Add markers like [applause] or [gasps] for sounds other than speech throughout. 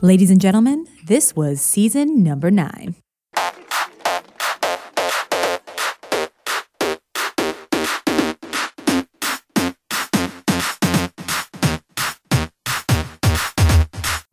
Ladies and gentlemen, this was season number nine.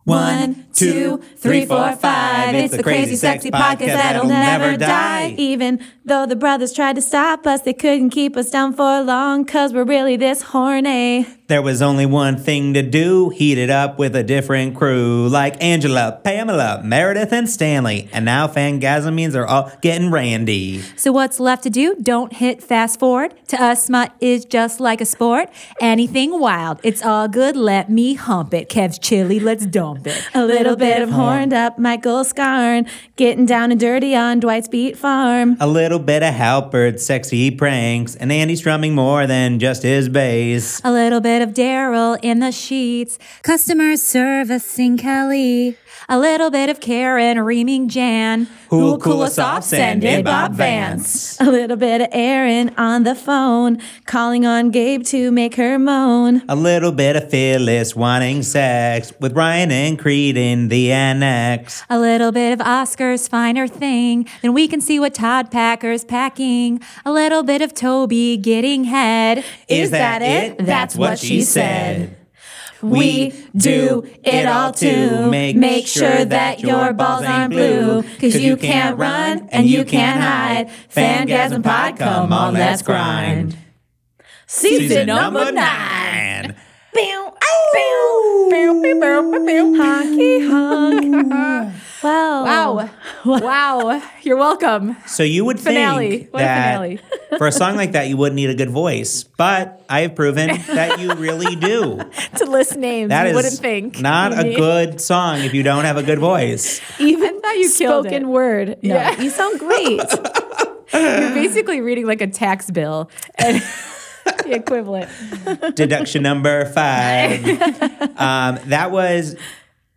One, two, three, four, five. It's the crazy, sexy podcast that'll never die. Even though the brothers tried to stop us, they couldn't keep us down for long, cause we're really this horny. There was only one thing to do heat it up with a different crew, like Angela, Pamela, Meredith, and Stanley. And now fangasm means they're all getting randy. So what's left to do? Don't hit fast forward. To us, smut is just like a sport. Anything wild, it's all good. Let me hump it. Kev's chili, let's dump it. [laughs] A little bit of horned up Michael Scarn, getting down and dirty on Dwight's Beat Farm. A little bit of Halpert, sexy pranks, and Andy strumming more than just his bass. A little bit of Daryl in the sheets. Customer servicing Kelly. A little bit of Karen reaming Jan. Who'll cool us off, Sandy Bob Vance. A little bit of Aaron on the phone, calling on Gabe to make her moan. A little bit of Phyllis wanting sex with Ryan and Creed in the annex. A little bit of Oscar's finer thing. Then we can see what Todd Packer's packing. A little bit of Toby getting head. Is that it? That's what she said. We do it all too. Make, sure that your balls aren't blue. Cause you can't run and you can't hide. Fangasm Pod, come on, let's grind. Season number nine. nine. Bow, ow. Bow, bow, bow, bow, bow. Honky [laughs] honk. Wow. Wow. wow. You're welcome. So you would Finale. think What a that finale. [laughs] for a song like that you wouldn't need a good voice, but I have proven that you [laughs] really do. To list names, That you is wouldn't think. not you a need- good song if you don't have a good voice. Even that you killed Spoken it. word. No, Yeah. you sound great. [laughs] You're basically reading like a tax bill and the equivalent. deduction [laughs] number five. um, that was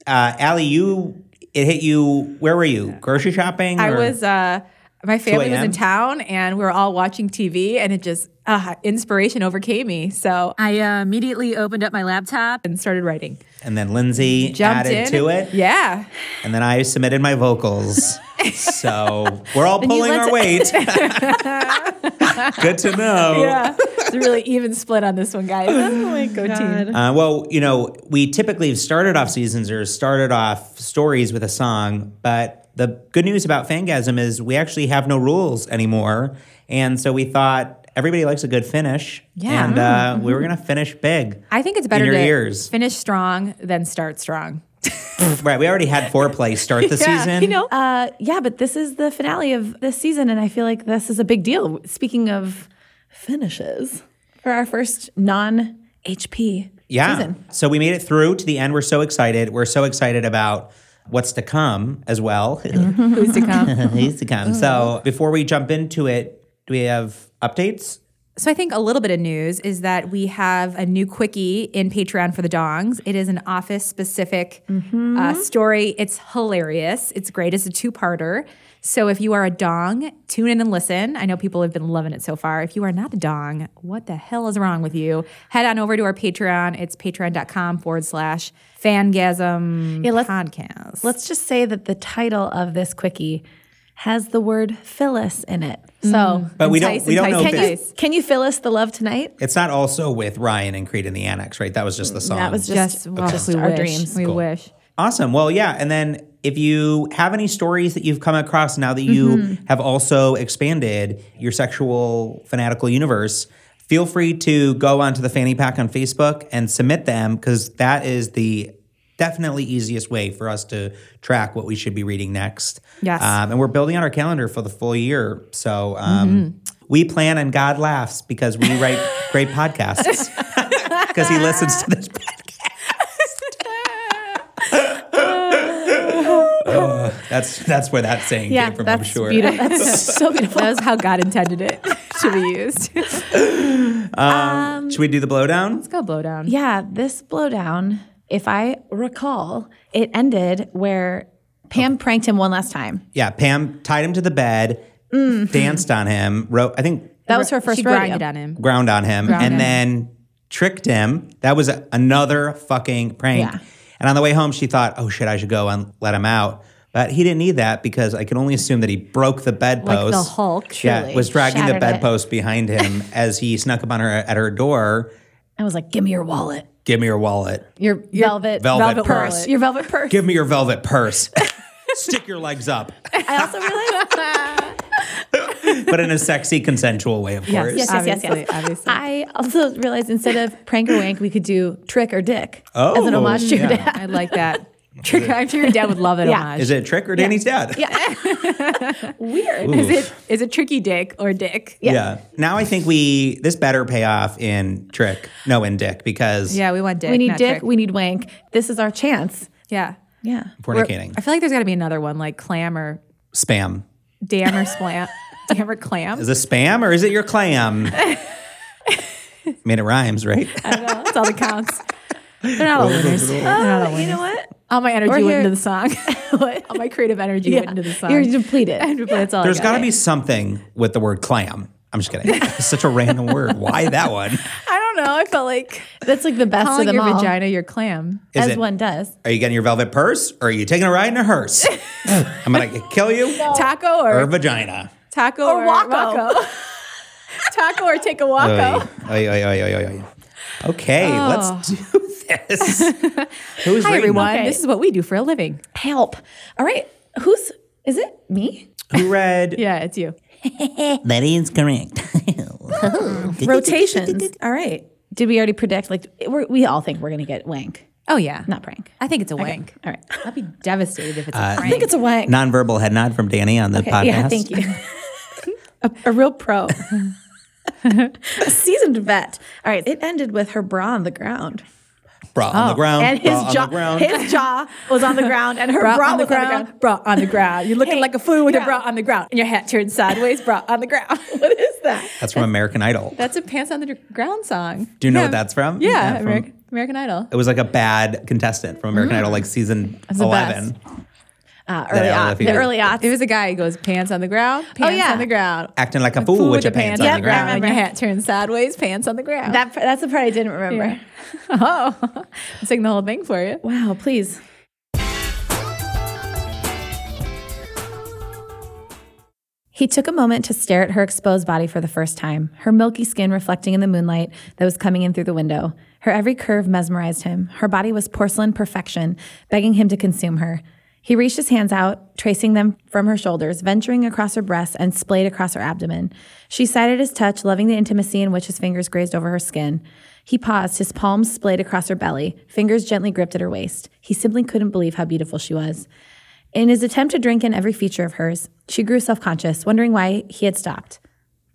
uh, Allie. You it hit you. Where were you? Grocery shopping? I or- was uh my family was 2 a.m.? in town and we were all watching TV and it just uh, inspiration overcame me. So I I uh, immediately opened up my laptop. and started writing. and then Lindsay Jumped added in. to it, Yeah. and then I submitted my [laughs] vocals. so we're all pulling let our [laughs] weight. [laughs] Good to [laughs] know. Yeah. it's a really even split on this one, guys. Oh [laughs] my God. Uh, well, you know, we typically have started off seasons or started off stories with a song, but the good news about Fangasm is we actually have no rules anymore. And so we thought everybody likes a good finish. Yeah. Mm-hmm. And uh, we were going to finish big. I think it's better your to ears. finish strong than start strong. [laughs] right. We already had foreplay start the [laughs] Yeah, season. you know, Uh, yeah, but this is the finale of this season, and I feel like this is a big deal. Speaking of finishes, for our first non HP yeah. season. So we made it through to the end. We're so excited. We're so excited about what's to come [laughs] as well. [laughs] who's to come? Who's to come. So before we jump into it, do we have updates? So I think a little bit of news is that we have a new quickie in Patreon for the Dongs. It is an office specific Mm-hmm. uh, story. It's hilarious. It's great. It's a two parter. So if you are a Dong, tune in and listen. I know people have been loving it so far. If you are not a Dong, what the hell is wrong with you? Head on over to our Patreon. It's patreon.com forward slash fangasm podcast. Let's just say that the title of this quickie has the word Phyllis in it. So But we don't Entice, we don't know entice, if entice. it's can, you, can you Phyllis the love tonight? It's not also with Ryan and Creed in the Annex, right? That was just the song. Mm, That was just, Just, well, just we our wish. dreams. We Cool. wish. awesome. Well, yeah. And then if you have any stories that you've come across now that you Mm-hmm. have also expanded your sexual fanatical universe, feel free to go onto the Fanny Pack on Facebook and submit them because that is the definitely easiest way for us to track what we should be reading next. Yes. Um, and we're building out our calendar for the full year. So um, Mm-hmm. we plan and God [laughs] Ah. laughs because we write great podcasts because he listens to this [laughs] podcast. [laughs] Uh, That's that's where that saying Yeah, came from. I'm that's sure. beautiful. [laughs] That's so beautiful. [laughs] That was how God intended it [laughs] to be used. Let's Um, Should we do the blowdown? go blow down. Yeah, this blowdown, if I recall, it ended where Pam pranked him one last time. Yeah. Pam tied him to the bed, Mm. danced on him, wrote I think That was her first she rodeo. grinded on him. ground on him, and him. then tricked him. That was a, another fucking prank. Yeah. And on the way home, she thought, "Oh shit, I should go and let him out." But he didn't need that because I can only assume that he broke the bedpost. the Hulk, Yeah, truly. was dragging Shattered it. the bedpost behind him as he snuck up on her at her door. I was like, give me your wallet. Give me your wallet. Your, velvet, velvet Velvet purse. wallet. Your velvet purse. Give me your velvet purse. Stick your legs up, I also realized. but in a sexy, consensual way, of course. yes, yes, yes, yes. Obviously, [laughs] obviously. [laughs] I also realized instead of prank or wank, we could do trick or dick as an Oh, homage to your yeah. [laughs] dad. I like [laughs] that. Trick, I'm sure your dad would love it. Yeah. homage. Is it a trick or Danny's dad? Yeah. Weird. Is it is it tricky dick or dick? Yeah. Now I think we this better pay off in trick, no in dick, because Yeah, we want dick. We need not dick. trick. We need wank. This is our chance. yeah. Yeah. We're- fornicating, I feel like there's got to be another one like clam or spam. damn or [laughs] splam, damn or clam. Is it spam or is it [laughs] your clam? I mean, it rhymes, right? That's all that [laughs] counts. They're not all winners. They're not all You winners. know what? All my energy Or went here- into [laughs] the song. [laughs] all my creative energy went into the song. You're depleted. [laughs] That's all I There's got. got to be something with the word clam. I'm [laughs] just kidding. It's such a random word. Why that one? Is I don't know. I felt like That's like the best of calling them your all, vagina your clam. as it- one does. Are you getting your velvet purse or are you taking a ride in [laughs] a hearse? I'm going to kill you Taco or, or vagina. taco or, Waco. [laughs] Waco. taco or take a Oy, Waco. oy, oy, oy, oy, oy. Okay, let's do this. Who's Oh. [laughs] Hi reading? everyone. This is what we do for a living. Help. All right. Who's is it? Me? Who read? Yeah, it's you. That is correct. Rotations. all right. Did we already predict? Like we're, we all think we're gonna get wank, Oh yeah. not prank. I think it's a wank. All right. I'd be devastated if it's Uh, a I prank. think it's a wank. Nonverbal head nod from Danny on the podcast. Yeah. Thank you. [laughs] a, a real pro. [laughs] a seasoned vet. All right. It ended with her bra on the ground. Bra on the ground. and his bra on jaw, the ground. his jaw was on the ground, and her bra, Bra, on the was ground, on the ground. bra on the ground. You're looking Hey, like a fool with your yeah. bra on the ground and your hat turned sideways, bra on the ground. [laughs] What is that? That's from American Idol. That's a Pants on the Dr- Ground song. Do you know what that's from? Yeah, Yeah, from- American, American Idol. it was like a bad contestant from American Idol, like season eleven. Uh, I early don't know aught, if he the did. early aughts. Oh, It was a guy who goes, pants on the ground, pants yeah. on the ground. Acting like a fool, with your pants, on Yeah, the I ground. remember. Your hat turned sideways, pants on the ground. That p- that's the part I didn't remember. [laughs] oh, I'm singing the whole thing for you. Wow, please. He took a moment to stare at her exposed body for the first time, her milky skin reflecting in the moonlight that was coming in through the window. Her every curve mesmerized him. Her body was porcelain perfection, begging him to consume her. He reached his hands out, tracing them from her shoulders, venturing across her breasts and splayed across her abdomen. She sighted his touch, loving the intimacy in which his fingers grazed over her skin. He paused, his palms splayed across her belly, fingers gently gripped at her waist. He simply couldn't believe how beautiful she was. In his attempt to drink in every feature of hers, she grew self conscious, wondering why he had stopped.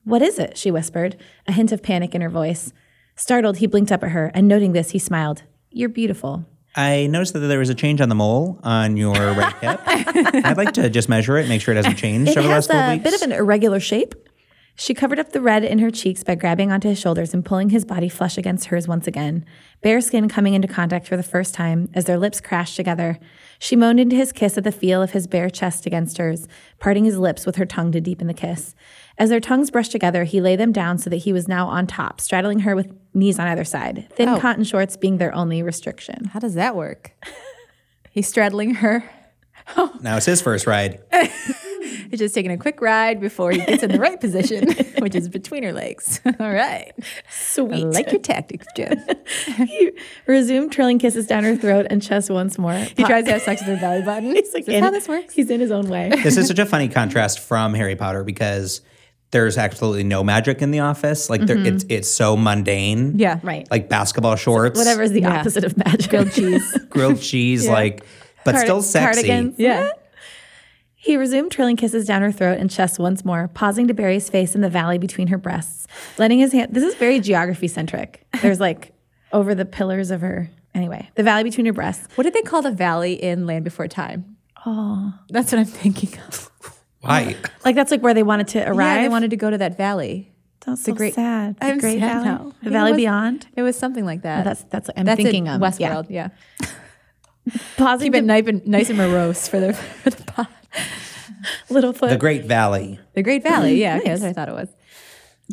What is it? she whispered, a hint of panic in her voice. Startled, he blinked up at her, and noting this, he smiled. You're beautiful. I noticed that there was a change on the mole on your right hip. I'd like to just measure it, make sure it hasn't changed It over the has last couple a weeks. bit of an irregular shape. She covered up the red in her cheeks by grabbing onto his shoulders and pulling his body flush against hers once again, bare skin coming into contact for the first time as their lips crashed together. She moaned into his kiss at the feel of his bare chest against hers, parting his lips with her tongue to deepen the kiss. As their tongues brushed together, he lay them down so that he was now on top, straddling her with knees on either side, thin Oh. cotton shorts being their only restriction. How does that work? He's straddling her. now it's his first ride. He's just taking a quick ride before he gets in the right position, [laughs] which is between her legs. [laughs] All right. I Sweet. like your tactics, Jim. [laughs] he resumed twirling kisses down her throat and chest once more. [laughs] He tries to have sex with her belly button. [laughs] He's like, is this in- how this works? He's in his own [laughs] way. This is such a funny contrast from Harry Potter because there's absolutely no magic in the office. Like there, it's it's so mundane. Yeah. Right. [laughs] Like basketball shorts, Whatever is the opposite of magic. Grilled [laughs] cheese. grilled cheese, like but still sexy. Cardigans. Yeah. He resumed twirling kisses down her throat and chest once more, pausing to bury his face in the valley between her breasts, letting his hand. This is very geography centric. There's like over the pillars of her. Anyway, the valley between her breasts. What did they call the valley in Land Before Time? That's what I'm thinking of. Why? Like that's like where they wanted to arrive. Yeah, they wanted to go to that valley. That's the so great- sad. The I'm great sad valley. now. The It valley was- beyond. It was something like that. Oh, That's that's what I'm That's thinking in of. Westworld. Yeah. Yeah. Pausing to Keep it nice and nice and morose for the for the pod. Littlefoot. The Great Valley. The Great Valley. Yeah. Okay, that's what I thought it was.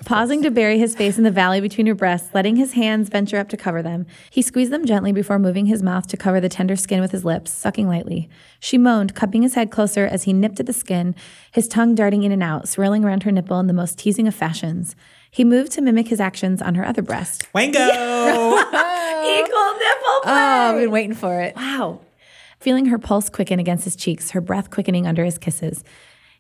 Pausing to bury his face in the valley between her breasts, letting his hands venture up to cover them, he squeezed them gently before moving his mouth to cover the tender skin with his lips, sucking lightly. She moaned, cupping his head closer as he nipped at the skin, his tongue darting in and out, swirling around her nipple in the most teasing of fashions. He moved to mimic his actions on her other breast. Wango! Equal nipple play! Oh, I've been waiting for it. Wow. Feeling her pulse quicken against his cheeks, her breath quickening under his kisses.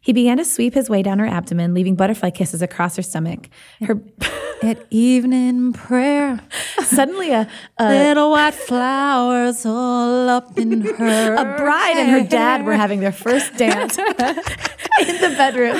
He began to sweep his way down her abdomen, leaving butterfly kisses across her stomach. Her [laughs] At evening [laughs] prayer, suddenly a, a little white flowers all up [laughs] in her. a bride and her dad were having their [laughs] first dance in the bedroom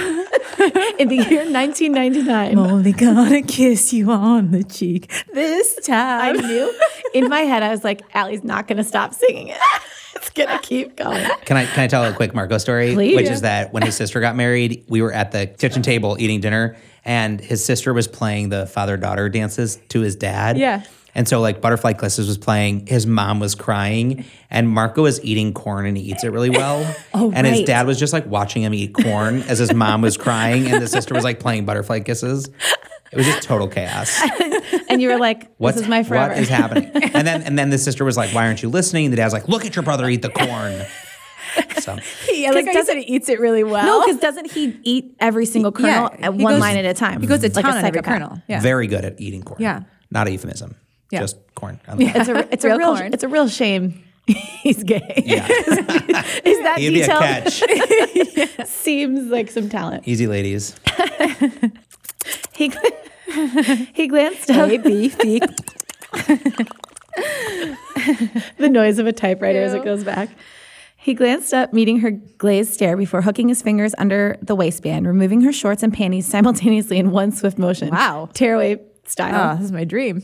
in the year 1999. Only gonna kiss you on the cheek this I time. knew in my head, I was like, Allie's not going to stop singing it. [laughs] It's going to keep going. Can I can I tell a quick Marco story? Please. Which is that when his sister got married, we were at the kitchen table eating dinner, and his sister was playing the father daughter dances to his dad. Yeah. And so like Butterfly Kisses was playing, his mom was crying, and Marco was eating corn and he eats it [laughs] really well. oh, and his right. dad was just like watching him eat corn as his mom was crying and the sister was like playing butterfly kisses. It was just total [laughs] chaos. And you were like, this is my forever. [laughs] What is happening? And then and then the sister was like, Why aren't you listening? And the dad's like, Look at your brother eat [laughs] the corn. So Yeah, like doesn't he eats it really well? no, because doesn't he eat every single kernel Yeah, at he one goes- line at a time? he goes to Like town on every psychopath. kernel. Yeah. very good at eating corn. Yeah. Not a euphemism. Yeah. Just corn. [laughs] I love it. It's a it's a [laughs] Real real corn. it's a real shame. [laughs] He's gay. Yeah. Is that He'd be a detailed? [laughs] catch. Seems like some talent. Easy ladies. He [laughs] he glanced up. Baby feet. [laughs] the noise of a typewriter as it goes back. He glanced up, meeting her glazed stare before hooking his fingers under the waistband, removing her shorts and panties simultaneously in one swift motion. Wow. Tearaway style. Oh, this is my dream.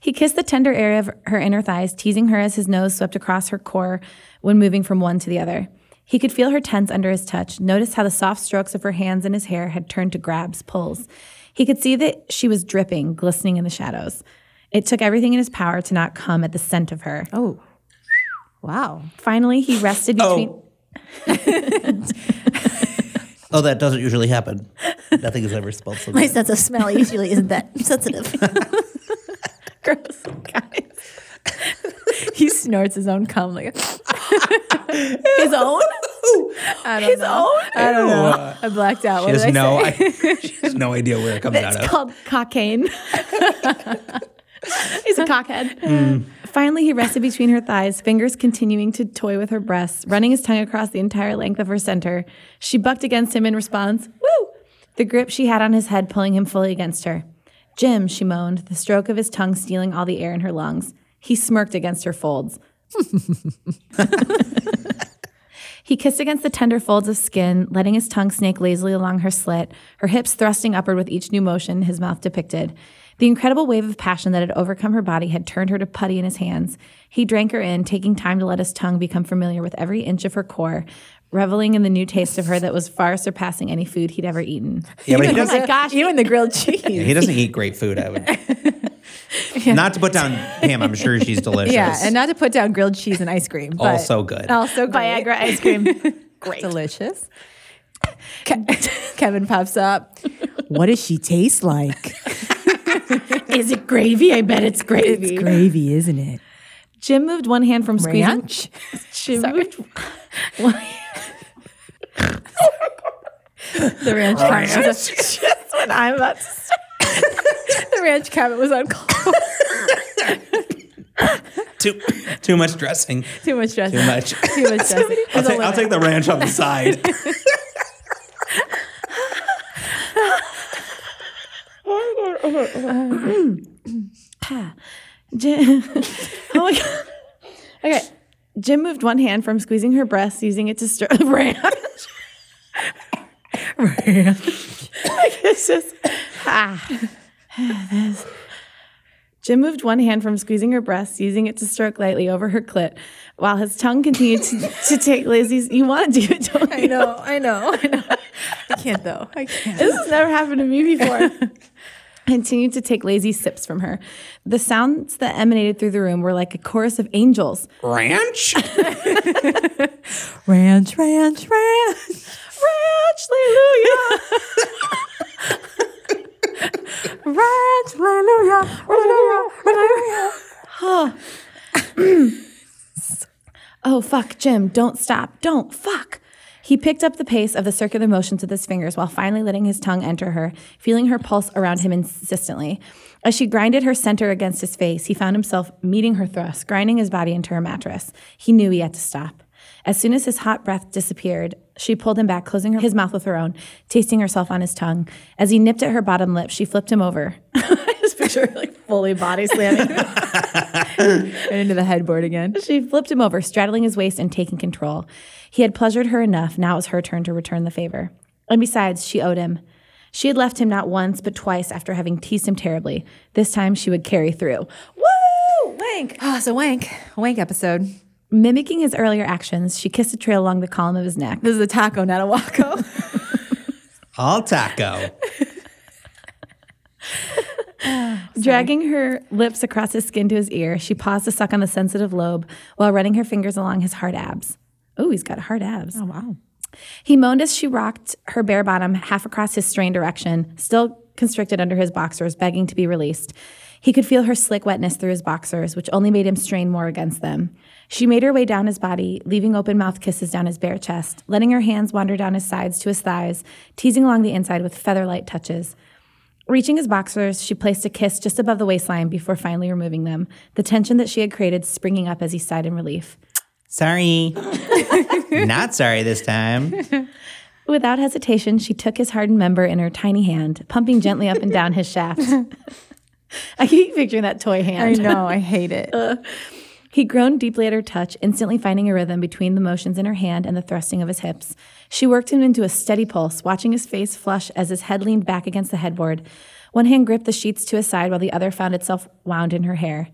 He kissed the tender area of her inner thighs, teasing her as his nose swept across her core when moving from one to the other. He could feel her tense under his touch, notice how the soft strokes of her hands and his hair had turned to grabs, pulls. He could see that she was dripping, glistening in the shadows. It took everything in his power to not come at the scent of her. Oh. [laughs] Wow. Finally, he rested between. [laughs] Oh. [laughs] oh, that doesn't usually happen. Nothing is ever [laughs] spelled so My sense of smell usually isn't that sensitive. Gross, guys. He snorts his own cum like [laughs] His own? I don't his know. own. I don't know. I blacked out. What Oh, She did I say? has, no, I, she has no idea where it comes out It's of. called cocaine. [laughs] He's a cockhead. Mm. Finally, he rested between her thighs, fingers continuing to toy with her breasts, running his tongue across the entire length of her center. She bucked against him in response. Woo! The grip she had on his head pulling him fully against her. Jim, she moaned, the stroke of his tongue stealing all the air in her lungs. He smirked against her folds. He kissed against the tender folds of skin, letting his tongue snake lazily along her slit, her hips thrusting upward with each new motion his mouth depicted. The incredible wave of passion that had overcome her body had turned her to putty in his hands. He drank her in, taking time to let his tongue become familiar with every inch of her core, reveling in the new taste of her that was far surpassing any food he'd ever eaten. Yeah, but he Oh doesn't, my gosh, You and the [laughs] grilled cheese. he doesn't eat great food. [laughs] I would. Not to put down Pam, I'm sure she's delicious. [laughs] Yeah, and not to put down grilled cheese and ice cream. But also good. Also great. Viagra ice cream. Delicious. [laughs] Ke- Kevin pops up. What does she taste like? [laughs] Is it gravy? I bet it's gravy. Gravy, isn't it? Jim moved one hand from squeezing. Ranch? [laughs] Jim moved [laughs] one the ranch comment was just what I'm about to say. The ranch cabinet was on call. too, too much dressing. Too much stress. Too much. [laughs] Too much stress. I'll take, I'll take the ranch on [laughs] the side. Jim, [laughs] oh my god. Okay, Jim moved one hand from squeezing her breasts, using it to stir [laughs] ranch. ranch. like it's just ah. this. Jim moved one hand from squeezing her breasts, using it to stroke lightly over her clit, while his tongue continued to, to take Lizzie's. You want to do it, don't [laughs] you? know, I know, I know. I can't though. I can't. This has never happened to me before. Continued to take lazy sips from her. The sounds that emanated through the room were like a chorus of angels. Ranch? Ranch, ranch, ranch. Ranch, Ranch, hallelujah. Hallelujah. Hallelujah. Oh, fuck, Jim, don't stop. Don't, fuck. He picked up the pace of the circular motions with his fingers while finally letting his tongue enter her, feeling her pulse around him insistently. As she grinded her center against his face, he found himself meeting her thrust, grinding his body into her mattress. He knew he had to stop. As soon as his hot breath disappeared, she pulled him back, closing her, his mouth with her own, tasting herself on his tongue. As he nipped at her bottom lip, she flipped him over. [laughs] I just picture her like fully body slamming Right into the headboard again. [laughs] she flipped him over, straddling his waist and taking control. He had pleasured her enough. Now it was her turn to return the favor. And besides, she owed him. She had left him not once, but twice after having teased him terribly. This time she would carry through. Woo! Wank! Oh, so wank. Wank episode. Mimicking his earlier actions, she kissed a trail along the column of his neck. This is a taco, not a waco. All taco. Dragging her lips across his skin to his ear, she paused to suck on the sensitive lobe while running her fingers along his hard abs. Oh, he's got hard abs. Oh, wow. He moaned as she rocked her bare bottom half across his strained erection, still constricted under his boxers, begging to be released. He could feel her slick wetness through his boxers, which only made him strain more against them. She made her way down his body, leaving open mouth kisses down his bare chest, letting her hands wander down his sides to his thighs, teasing along the inside with feather light touches. Reaching his boxers, she placed a kiss just above the waistline before finally removing them, the tension that she had created springing up as he sighed in relief. Sorry. Not sorry this time. Without hesitation, she took his hardened member in her tiny hand, pumping gently up and down his shaft. I keep picturing that toy hand. know, I hate [laughs] it. He groaned deeply at her touch, instantly finding a rhythm between the motions in her hand and the thrusting of his hips. She worked him into a steady pulse, watching his face flush as his head leaned back against the headboard. One hand gripped the sheets to his side while the other found itself wound in her hair.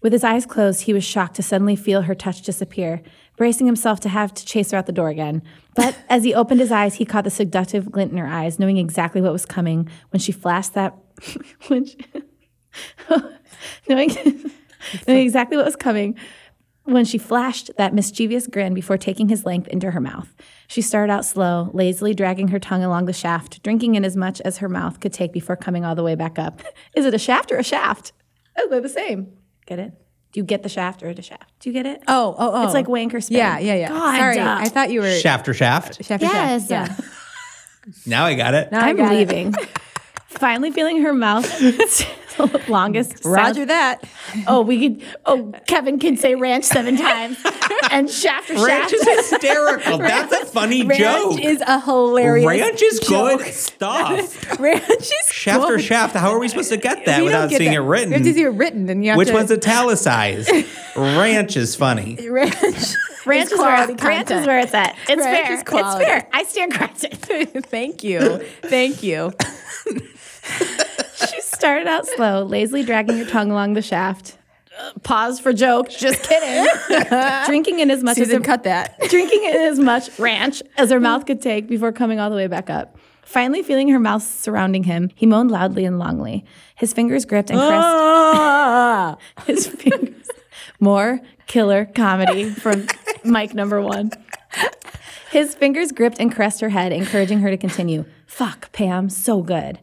With his eyes closed, he was shocked to suddenly feel her touch disappear, bracing himself to have to chase her out the door again. But as he opened his eyes, he caught the seductive glint in her eyes, knowing exactly what was coming when she flashed that. when she, [laughs] knowing, [laughs] knowing exactly what was coming when she flashed that mischievous grin before taking his length into her mouth. She started out slow, lazily dragging her tongue along the shaft, drinking in as much as her mouth could take before coming all the way back up. [laughs] Is it a shaft or a shaft? Oh, they're the same. Get it? Do you get the shaft or the shaft? Do you get it? Oh, oh, oh. It's like wank or spin. Yeah, yeah, yeah. God, Sorry, uh, I thought you were. Shaft or shaft. Chef Yes. Yeah. Now I got it. Now I I'm got it. [laughs] leaving. Finally feeling her mouth [laughs] longest. Roger that. Oh, we could. Oh, Kevin can say ranch [laughs] seven times and shaft or Ranch shaft. is hysterical. That's a funny joke. Ranch is a hilarious. Ranch is joke. good [laughs] stuff. Ranch is Shaft or good. shaft. How are we supposed to get We that don't without get seeing that. it You have to see written? it written, and you have Which to, [laughs] one's italicized? Ranch is funny. ranch? ranch is, where, it's- ranch is where it's at. It's Ranch fair. is it's quality. fair. I stand corrected. [laughs] Thank [laughs] you. Thank you. She started out slow, lazily dragging her tongue along the shaft. Uh, Pause for joke. Just kidding. [laughs] drinking in as much as Susan, her- cut [laughs] that. drinking in as much ranch as her mouth could take before coming all the way back up. Finally, feeling her mouth surrounding him, he moaned loudly and longly. His fingers gripped and caressed Ah. his fingers. More killer comedy from Mike number one. His fingers gripped and caressed her head, encouraging her to continue. Fuck, Pam, so good.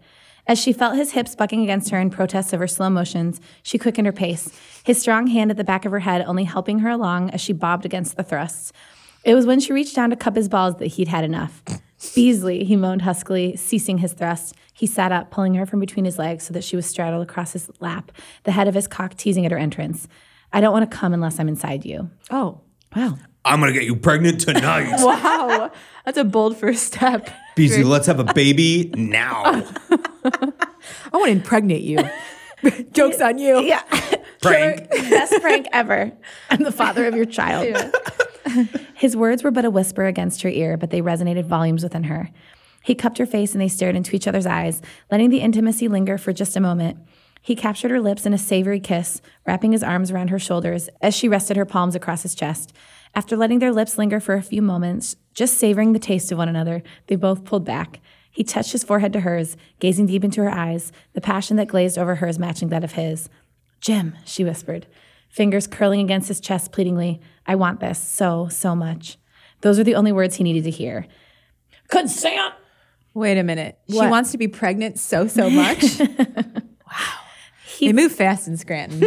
As she felt his hips bucking against her in protest of her slow motions, she quickened her pace, his strong hand at the back of her head only helping her along as she bobbed against the thrusts. It was when she reached down to cup his balls that he'd had enough. Beasley, he moaned huskily, ceasing his thrust. He sat up, pulling her from between his legs so that she was straddled across his lap, the head of his cock teasing at her entrance. I don't want to come unless I'm inside you. Oh, Wow. I'm gonna get you [laughs] pregnant tonight. wow. That's a bold first step. Beasley, let's have a baby [laughs] now. I want to impregnate [laughs] you. Joke's on you. Yeah. Frank. Best prank ever. [laughs] I'm the father of your [laughs] child. His words were but a whisper against her ear, but they resonated volumes within her. He cupped her face and they stared into each other's eyes, letting the intimacy linger for just a moment. He captured her lips in a savory kiss, wrapping his arms around her shoulders as she rested her palms across his chest. After letting their lips linger for a few moments, just savoring the taste of one another, they both pulled back. He touched his forehead to hers, gazing deep into her eyes, the passion that glazed over hers matching that of his. Jim, she whispered, fingers curling against his chest pleadingly, I want this so, so much. Those were the only words he needed to hear. Consent! Wait a minute. She wants to be pregnant so, [laughs] so much. wow. they move fast [laughs] in Scranton.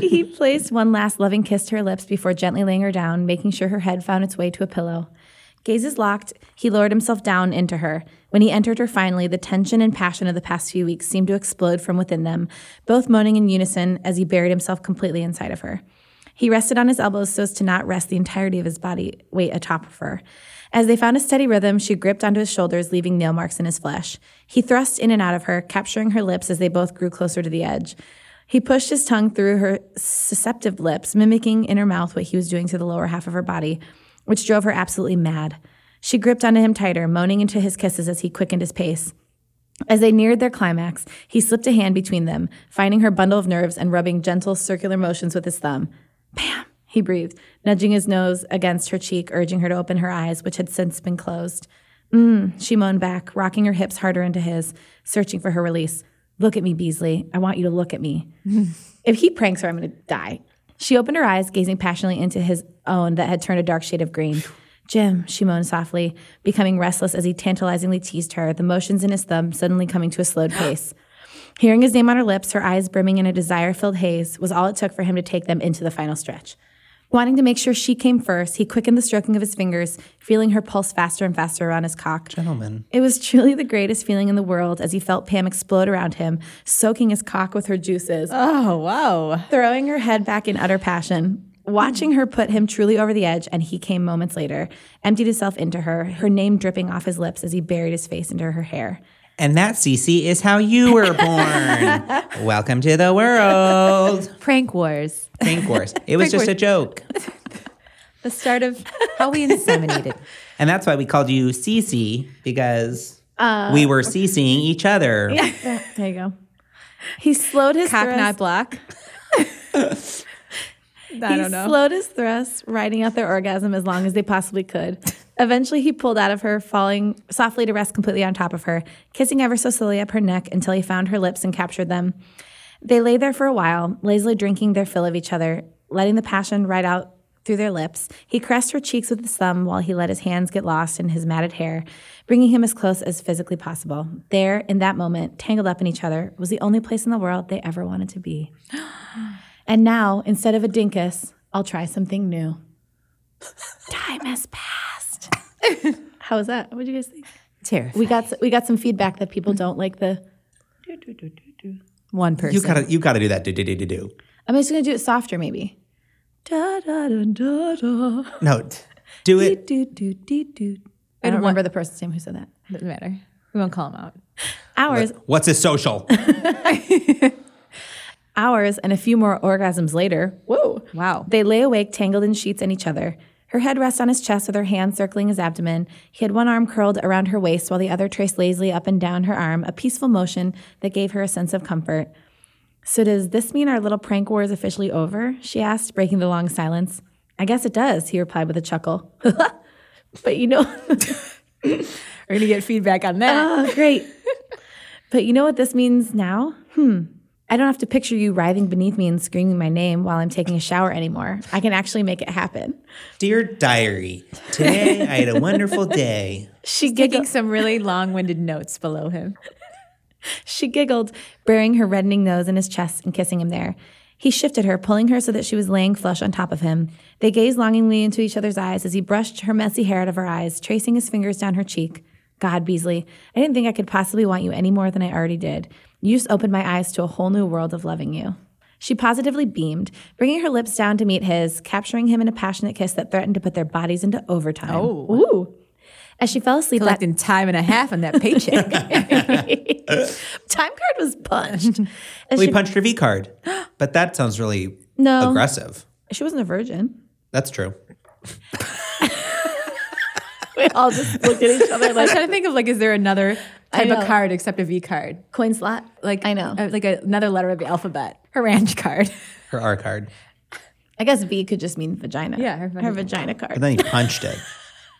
he placed one last loving kiss to her lips before gently laying her down, making sure her head found its way to a pillow. Gazes locked, he lowered himself down into her. When he entered her finally, the tension and passion of the past few weeks seemed to explode from within them, both moaning in unison as he buried himself completely inside of her. He rested on his elbows so as to not rest the entirety of his body weight atop of her. As they found a steady rhythm, she gripped onto his shoulders, leaving nail marks in his flesh. He thrust in and out of her, capturing her lips as they both grew closer to the edge. He pushed his tongue through her susceptive lips, mimicking in her mouth what he was doing to the lower half of her body, which drove her absolutely mad. She gripped onto him tighter, moaning into his kisses as he quickened his pace. As they neared their climax, he slipped a hand between them, finding her bundle of nerves and rubbing gentle circular motions with his thumb. Bam! He breathed, nudging his nose against her cheek, urging her to open her eyes, which had since been closed. Mmm, she moaned back, rocking her hips harder into his, searching for her release. Look at me, Beasley. I want you to look at me. if he pranks her, I'm going to die. She opened her eyes, gazing passionately into his own that had turned a dark shade of green. Jim, she moaned softly, becoming restless as he tantalizingly teased her, the motions in his thumb suddenly coming to a slowed pace. Hearing his name on her lips, her eyes brimming in a desire filled haze, was all it took for him to take them into the final stretch. Wanting to make sure she came first, he quickened the stroking of his fingers, feeling her pulse faster and faster around his cock. Gentlemen. It was truly the greatest feeling in the world as he felt Pam explode around him, soaking his cock with her juices, Oh, wow. throwing her head back in utter passion. Watching her put him truly over the edge, and he came moments later, emptied himself into her, her name dripping off his lips as he buried his face into her hair. And that, Cece, is how you were born. [laughs] Welcome to the world. Prank wars. Prank wars. It was just a joke. The start of how we inseminated. [laughs] And that's why we called you Cece, because we were CCing each other. [laughs] There you go. He slowed his Cock thrust. not block. I he don't know. slowed his thrusts, riding out their orgasm as long as they possibly could. Eventually, he pulled out of her, falling softly to rest completely on top of her, kissing ever so slowly up her neck until he found her lips and captured them. They lay there for a while, lazily drinking their fill of each other, letting the passion ride out through their lips. He caressed her cheeks with his thumb while he let his hands get lost in his matted hair, bringing him as close as physically possible. There, in that moment, tangled up in each other, was the only place in the world they ever wanted to be. And now, instead of a dinkus, I'll try something new. Time has passed. [laughs] How was that? What did you guys think? Terrifying. We got s- we got some feedback that people don't like the. One person. You gotta you gotta do that do do do do do. I'm just gonna do it softer, maybe. Da da da da da. No. t- Do, Do it. do, do, do, do. I don't remember the person's name who said that. Doesn't matter. We won't call him out. Hours, What's his social? hours, and a few more orgasms later. Whoa! Wow. Oh. They lay awake, tangled in sheets and each other. Her head rests on his chest with her hand circling his abdomen. He had one arm curled around her waist while the other traced lazily up and down her arm, a peaceful motion that gave her a sense of comfort. So, does this mean our little prank war is officially over? She asked, breaking the long silence. I guess it does, he replied with a chuckle. [laughs] but you know. [laughs] We're going to get feedback on that. Oh, great. but you know what this means now? Hmm. I don't have to picture you writhing beneath me and screaming my name while I'm taking a shower anymore. I can actually make it happen. [laughs] Dear diary, today I had a wonderful day. She Taking giggled, some really long winded notes below him. she giggled, burying her reddening nose in his chest and kissing him there. He shifted her, pulling her so that she was laying flush on top of him. They gazed longingly into each other's eyes as he brushed her messy hair out of her eyes, tracing his fingers down her cheek. God, Beasley, I didn't think I could possibly want you any more than I already did. You just opened my eyes to a whole new world of loving you. She positively beamed, bringing her lips down to meet his, capturing him in a passionate kiss that threatened to put their bodies into overtime. Oh. Ooh. As she fell asleep, that Collecting time and a half on [laughs] that paycheck. time card was punched. As We she- punched her V card. But that sounds really No. aggressive. She wasn't a virgin. That's true. We all just looked at each other I was trying to think of like, is there another type know. of card except a V card. Coin slot. Like I know. uh, like a- another letter of the alphabet. Her ranch card. [laughs] Her R card. I guess V could just mean vagina. Yeah, her her, vagina vagina. card. But then he punched it.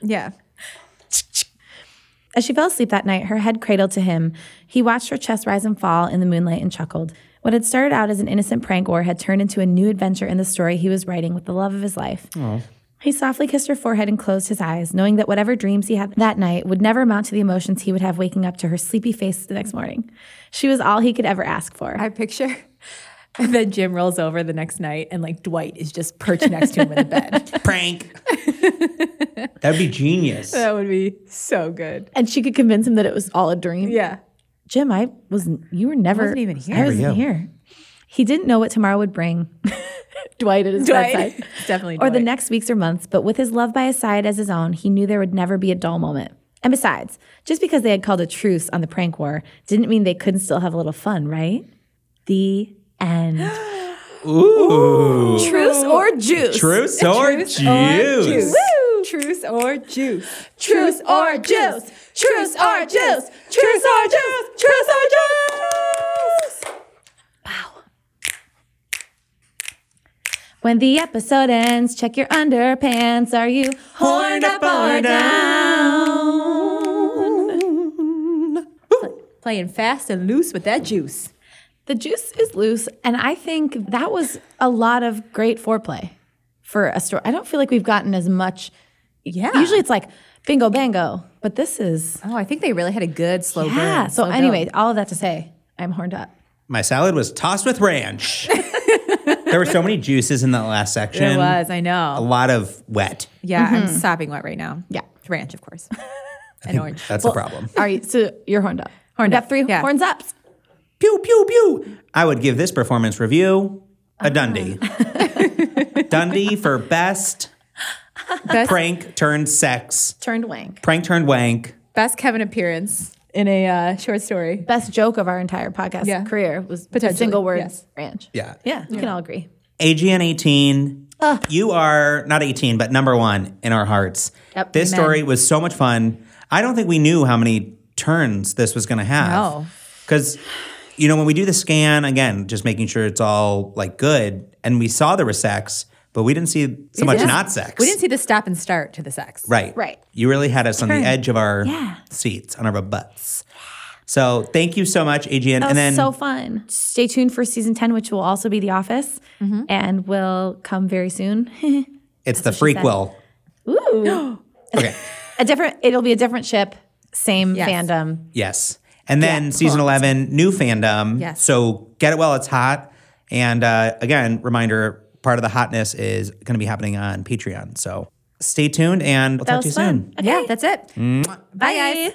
Yeah. As she fell asleep that night, her head cradled to him. He watched her chest rise and fall in the moonlight and chuckled. What had started out as an innocent prank war had turned into a new adventure in the story he was writing with the love of his life. He softly kissed her forehead and closed his eyes, knowing that whatever dreams he had that night would never amount to the emotions he would have waking up to her sleepy face the next morning. She was all he could ever ask for. I picture. [laughs] And then Jim rolls over the next night and like Dwight is just perched next to him in [laughs] the bed. Prank. That'd be genius. that would be so good. and she could convince him that it was all a dream. Yeah. Jim, I wasn't. You were never. wasn't even here. I wasn't here. He didn't know what tomorrow would bring. [laughs] Dwight at his Dwight. bedside, Definitely or the Dwight. next weeks or months. But with his love by his side as his own, he knew there would never be a dull moment. And besides, just because they had called a truce on the prank war didn't mean they couldn't still have a little fun, right? The end. [gasps] Ooh. truce or juice? Truce or juice. Truce or juice. Truce or juice? Truce or juice? Truce or juice? Truce or juice? Wow. When the episode ends, check your underpants. Are you horned up or down? Playing fast and loose with that juice. The juice is loose, and I think that was a lot of great foreplay for a story. I don't feel like we've gotten as much. Yeah. Usually it's like bingo, bango, but this is. Oh, I think they really had a good slow burn. Yeah. So slow anyway, build. all of that to say, I'm horned up. My salad was tossed [laughs] with ranch. there were so many juices in that last section. There was, I A know. lot of wet. Yeah, I'm Mm-hmm. sopping wet right now. [laughs] Yeah. Ranch, of course. and orange. That's the problem. All right, so you're horned up. Horned up, Got three yeah. horns ups. Pew, pew, pew. I would give this performance review a [laughs] Dundee. Dundee for best, Best- prank turned sex, Turned wank. prank turned wank. Best Kevin appearance in a uh, short story. Best joke of our entire podcast Yeah. career was Potentially, single words yes. ranch. Yeah. Yeah, you can all agree. AGN 18. You are not 18, but number one in our hearts. Yep, this amen. story was so much fun. I don't think we knew how many turns this was going to have. No. Because, you know, when we do the scan, again, just making sure it's all like good, and we saw there was sex, but we didn't see so much didn't- not sex. We didn't see the stop and start to the sex. Right. Right. You really had us on the edge of our seats, on our butts. So thank you so much, AGN. That and was then so fun. Stay tuned for season 10, which will also be The Office Mm-hmm. and will come very soon. [laughs] it's the prequel. Ooh. [gasps] Okay. a different, it'll be a different ship, same Yes. fandom. Yes. And then season 11, new fandom. Yes. So get it while it's hot. And uh, again, reminder part of the hotness is going to be happening on Patreon. So stay tuned and we'll talk to you was fun. soon. Yeah, that's it. Bye, guys.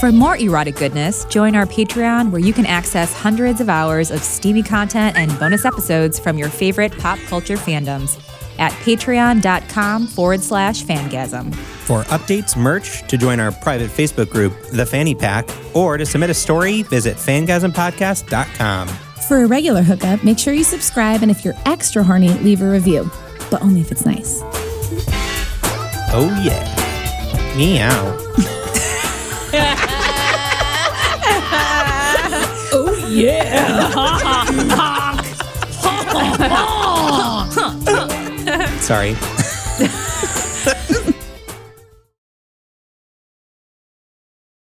For more erotic goodness, join our Patreon where you can access hundreds of hours of steamy content and bonus episodes from your favorite pop culture fandoms at patreon.com forward slash fangasm. For updates, merch, to join our private Facebook group, The Fanny Pack, or to submit a story, visit fangasmpodcast.com. For a regular hookup, make sure you subscribe and if you're extra horny, leave a review, but only if it's nice. Oh, yeah. Meow. oh, yeah. Sorry.